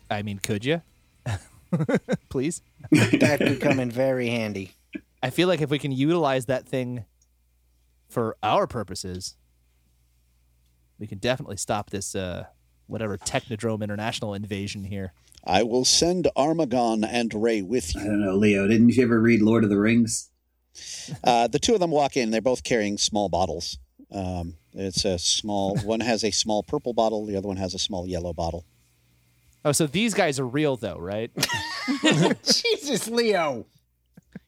Speaker 3: I mean, could you? *laughs* Please.
Speaker 4: That could come in very *laughs* handy.
Speaker 3: I feel like if we can utilize that thing for our purposes, we can definitely stop this uh whatever Technodrome International invasion here.
Speaker 7: I will send Armagon and Ray with
Speaker 8: I
Speaker 3: *laughs*
Speaker 7: you.
Speaker 8: don't know, Leo. Didn't you ever read Lord of the Rings?
Speaker 7: Uh, the two of them walk in. They're both carrying small bottles. Um, it's a
Speaker 3: *laughs*
Speaker 7: small one has a small purple bottle. The other one has a small yellow bottle.
Speaker 3: Oh, so these guys are real though,
Speaker 7: *laughs*
Speaker 3: right?
Speaker 4: Jesus, Leo.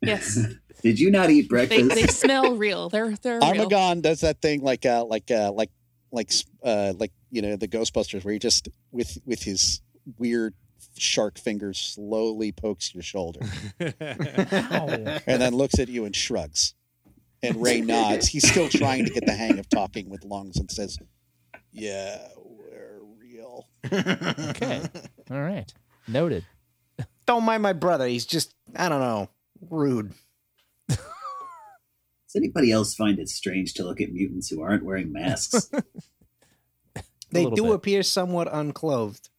Speaker 1: Yes,
Speaker 8: Did you not eat
Speaker 1: they,
Speaker 8: breakfast?
Speaker 1: they smell real. They're they're real.
Speaker 7: Armagon does that thing like uh, like uh, like like uh, like you know the Ghostbusters where he just with with his weird shark fingers slowly pokes your shoulder and then looks at you and shrugs.
Speaker 1: *laughs*
Speaker 7: And Ray nods. He's still trying to get the hang of talking with lungs and says, "Yeah, we're real."
Speaker 3: Okay. All right. Noted.
Speaker 4: Don't mind my brother. He's just, I don't know, rude.
Speaker 8: Does anybody else find it strange to look at mutants who aren't wearing
Speaker 3: *laughs*
Speaker 8: masks?
Speaker 4: They
Speaker 3: little
Speaker 4: do
Speaker 3: bit.
Speaker 4: appear somewhat unclothed.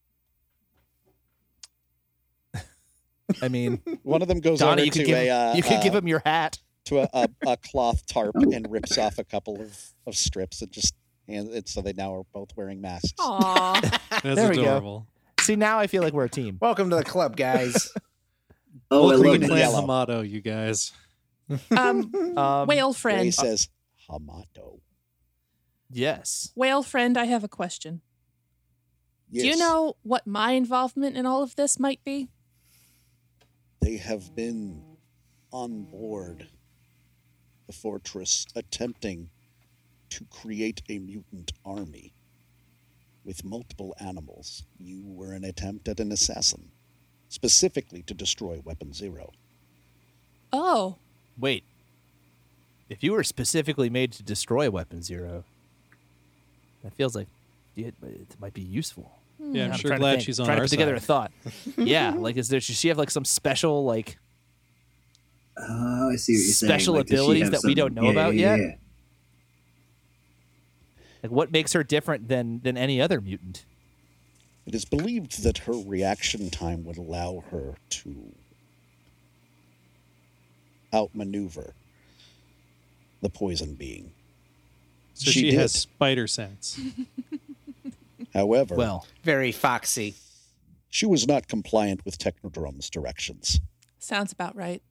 Speaker 3: I
Speaker 7: *laughs*
Speaker 3: mean,
Speaker 7: One of them goes
Speaker 3: Donna,
Speaker 7: over
Speaker 3: you
Speaker 7: to
Speaker 3: could give
Speaker 7: a uh,
Speaker 3: you could
Speaker 7: uh,
Speaker 3: give him your hat.
Speaker 7: to a, a, a cloth tarp and rips off a couple of, of strips and just and it's, so they now are both wearing masks.
Speaker 1: Aw.
Speaker 5: That's
Speaker 3: There we go.
Speaker 5: adorable.
Speaker 3: See, now I feel like we're a
Speaker 4: *laughs*
Speaker 3: team.
Speaker 4: Welcome to the club, guys.
Speaker 6: Oh, I
Speaker 5: Both
Speaker 6: love
Speaker 5: green
Speaker 6: that.
Speaker 5: plans
Speaker 7: yellow.
Speaker 5: Hamato, you guys.
Speaker 1: um,
Speaker 3: Um,
Speaker 1: whale
Speaker 7: Ray
Speaker 1: friend.
Speaker 7: says Hamato.
Speaker 3: Yes.
Speaker 1: Whale friend, I have a question. Do you
Speaker 7: Yes,
Speaker 1: know what my involvement in all of this might be?
Speaker 7: they have been on board the fortress attempting to create a mutant army with multiple animals. You were an attempt at an assassin, specifically to destroy Weapon Zero.
Speaker 1: Oh,
Speaker 3: Wait. If you were specifically made to destroy Weapon Zero, that feels like it, it might be useful.
Speaker 5: Yeah, I'm
Speaker 3: Hmm. I'm
Speaker 5: sure
Speaker 3: trying to
Speaker 5: glad
Speaker 3: think,
Speaker 5: she's on
Speaker 3: trying
Speaker 5: our
Speaker 3: to put together a
Speaker 5: side. *laughs*
Speaker 3: thought. yeah, like is there? Does she have like some special like?
Speaker 6: Oh, I see what you're saying.
Speaker 3: Special
Speaker 6: does she
Speaker 3: abilities
Speaker 6: have
Speaker 3: that we don't
Speaker 6: something-
Speaker 3: know
Speaker 6: yeah,
Speaker 3: about
Speaker 6: yeah,
Speaker 3: yet?
Speaker 6: yeah.
Speaker 3: Like what makes her different than than any other mutant?
Speaker 7: It is believed that her reaction time would allow her to outmaneuver the poison being.
Speaker 5: So
Speaker 7: She
Speaker 5: she, has
Speaker 7: did.
Speaker 5: spider sense.
Speaker 7: However,
Speaker 3: Well,
Speaker 4: *laughs* Very foxy.
Speaker 7: she was not compliant with Technodrum's directions.
Speaker 1: sounds about right.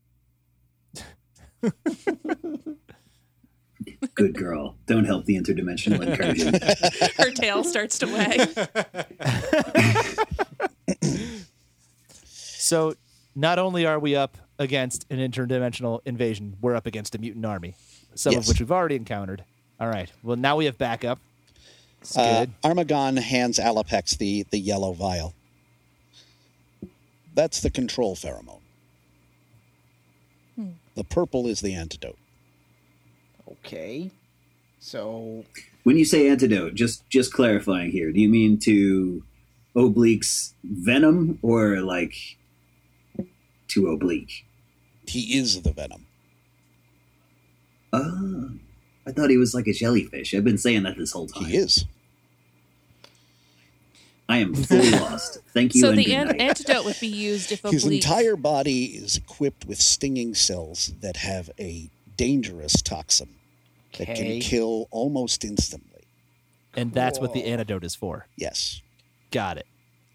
Speaker 6: Good girl. Don't help the
Speaker 3: *laughs*
Speaker 6: interdimensional incursion.
Speaker 1: Her tail starts to wag.
Speaker 3: so not only are we up against an interdimensional invasion, we're up against a mutant army, some of
Speaker 7: Yes.
Speaker 3: which we've already encountered. All right. Well, now we have backup. It's
Speaker 7: Uh,
Speaker 3: good.
Speaker 7: Armagon hands Alapex the, the yellow vial. That's the control pheromone. The purple is the antidote.
Speaker 4: Okay. So
Speaker 6: When you say antidote, just just clarifying here, do you mean to Oblique's venom or like to Oblique?
Speaker 7: He is the venom.
Speaker 6: Oh, I thought he was like a jellyfish. I've been saying that this whole time.
Speaker 7: He is.
Speaker 6: I am
Speaker 1: *laughs*
Speaker 6: fully lost. Thank you.
Speaker 1: So
Speaker 6: and
Speaker 1: the
Speaker 6: good
Speaker 1: an-
Speaker 6: night.
Speaker 1: antidote would be used if
Speaker 7: His
Speaker 1: oblique.
Speaker 7: entire body is equipped with stinging cells that have a dangerous toxin that can
Speaker 4: Okay.
Speaker 7: kill almost instantly.
Speaker 3: and that's what the
Speaker 4: cool.
Speaker 3: antidote is for.
Speaker 7: Yes.
Speaker 3: Got it.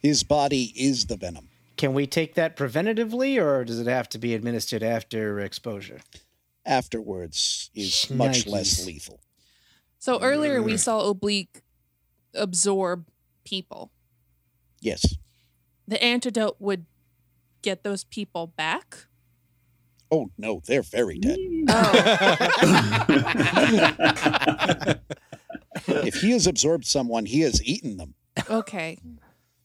Speaker 7: His body is the venom.
Speaker 4: can we take that preventatively, or does it have to be administered after exposure?
Speaker 7: Afterwards is much less
Speaker 4: Yikes.
Speaker 7: lethal.
Speaker 1: So earlier we saw oblique absorb people.
Speaker 7: Yes.
Speaker 1: The antidote would get those people back.
Speaker 7: Oh no, they're very dead.
Speaker 3: Oh,
Speaker 7: if he has absorbed someone, he has eaten them.
Speaker 1: *laughs* Okay.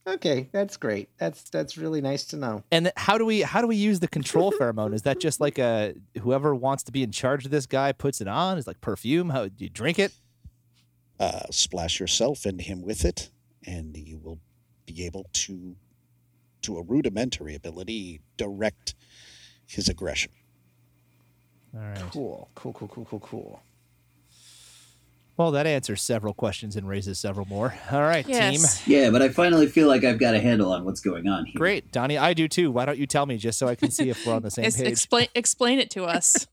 Speaker 4: Okay, that's great. That's that's really nice to know.
Speaker 3: And th- how do we how do we use the
Speaker 5: *laughs*
Speaker 3: control pheromone? Is that just like a whoever wants to be in charge of this guy puts it on? Is like perfume? How do you drink it?
Speaker 7: Uh, splash yourself and him with it, and you will be able to, to a rudimentary ability, direct his aggression.
Speaker 3: All right.
Speaker 4: Cool, cool, cool, cool, cool, cool.
Speaker 3: Well, that answers several questions and raises several more. All right, team.
Speaker 1: Yes.
Speaker 6: yeah, but I finally feel like I've got a handle on what's going on here.
Speaker 3: Great, Donnie. I do too. Why don't you tell me just so I can see if we're on the same
Speaker 1: Ex-
Speaker 3: page?
Speaker 1: explain explain it to us.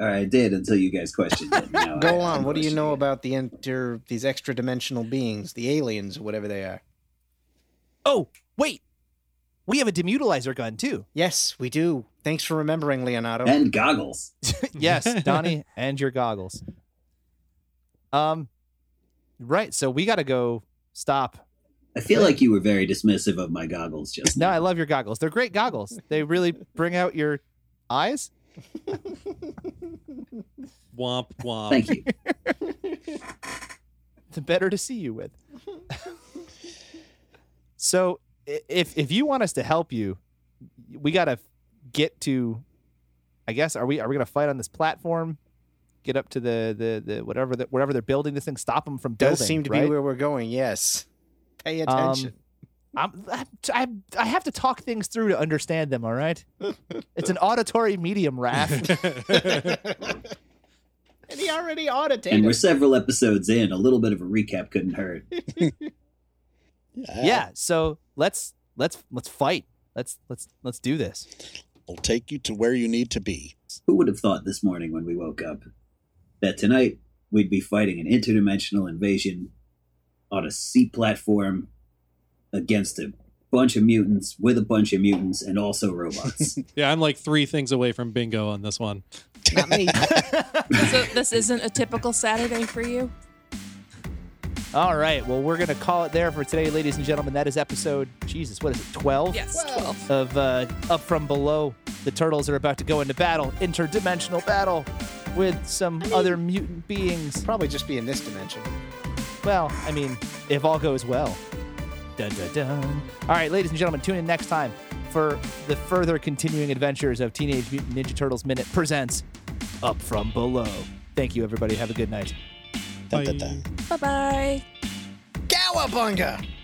Speaker 6: All right, I did until you guys questioned it. Now
Speaker 4: Go
Speaker 6: I- I'm
Speaker 4: on. What do you know
Speaker 6: questioning it.
Speaker 4: about the inter these extra dimensional beings, the aliens, or whatever they are?
Speaker 3: oh, wait. We have a demutilizer gun too.
Speaker 4: Yes, we do. Thanks for remembering, Leonardo.
Speaker 6: And goggles.
Speaker 3: yes, Donnie, and your goggles. Um, right. So we got to go. Stop.
Speaker 6: I feel like you were very dismissive of my goggles just
Speaker 3: No,
Speaker 6: now.
Speaker 3: I love your goggles. They're great goggles. They really bring out your eyes.
Speaker 5: Womp womp.
Speaker 6: Thank
Speaker 1: *laughs*
Speaker 6: you.
Speaker 3: The better to see you with. so i- if if you want us to help you, we gotta get to. I guess are we are we gonna fight on this platform? Get up to the the, the whatever that wherever they're building this thing. Stop them from building.
Speaker 4: Does seem to
Speaker 3: right?
Speaker 4: be where we're going. Yes. Pay
Speaker 3: Um,
Speaker 4: attention.
Speaker 3: I'm, I, I have to talk things through to understand them, all right? It's an auditory medium,
Speaker 4: *laughs*
Speaker 3: Raph.
Speaker 4: and he already audited.
Speaker 6: And we're several episodes in. A little bit of a recap couldn't hurt.
Speaker 3: yeah, so let's let's let's fight. Let's let's let's do this.
Speaker 7: I'll take you to where you need to be.
Speaker 6: Who would have thought this morning when we woke up that tonight we'd be fighting an interdimensional invasion on a sea platform against a bunch of mutants with a bunch of mutants and also robots.
Speaker 5: *laughs* Yeah, I'm like three things away from bingo on this one.
Speaker 4: Not me.
Speaker 1: So this isn't a typical Saturday for you.
Speaker 3: All right. Well, we're going to call it there for today, ladies and gentlemen. That is episode, Jesus, what is it, 12?
Speaker 1: Yes, twelve.
Speaker 3: Of uh, Up From Below. The turtles are about to go into battle, interdimensional battle, with some other mutant beings.
Speaker 4: Probably just be in this dimension.
Speaker 3: Well, I mean, if all goes well. Dun, dun, dun. All right, ladies and gentlemen, tune in next time for the further continuing adventures of Teenage Mutant Ninja Turtles Minute presents Up From Below. Thank you, everybody. Have a good night.
Speaker 7: Dun, dun, dun.
Speaker 1: Bye bye.
Speaker 4: Cowabunga!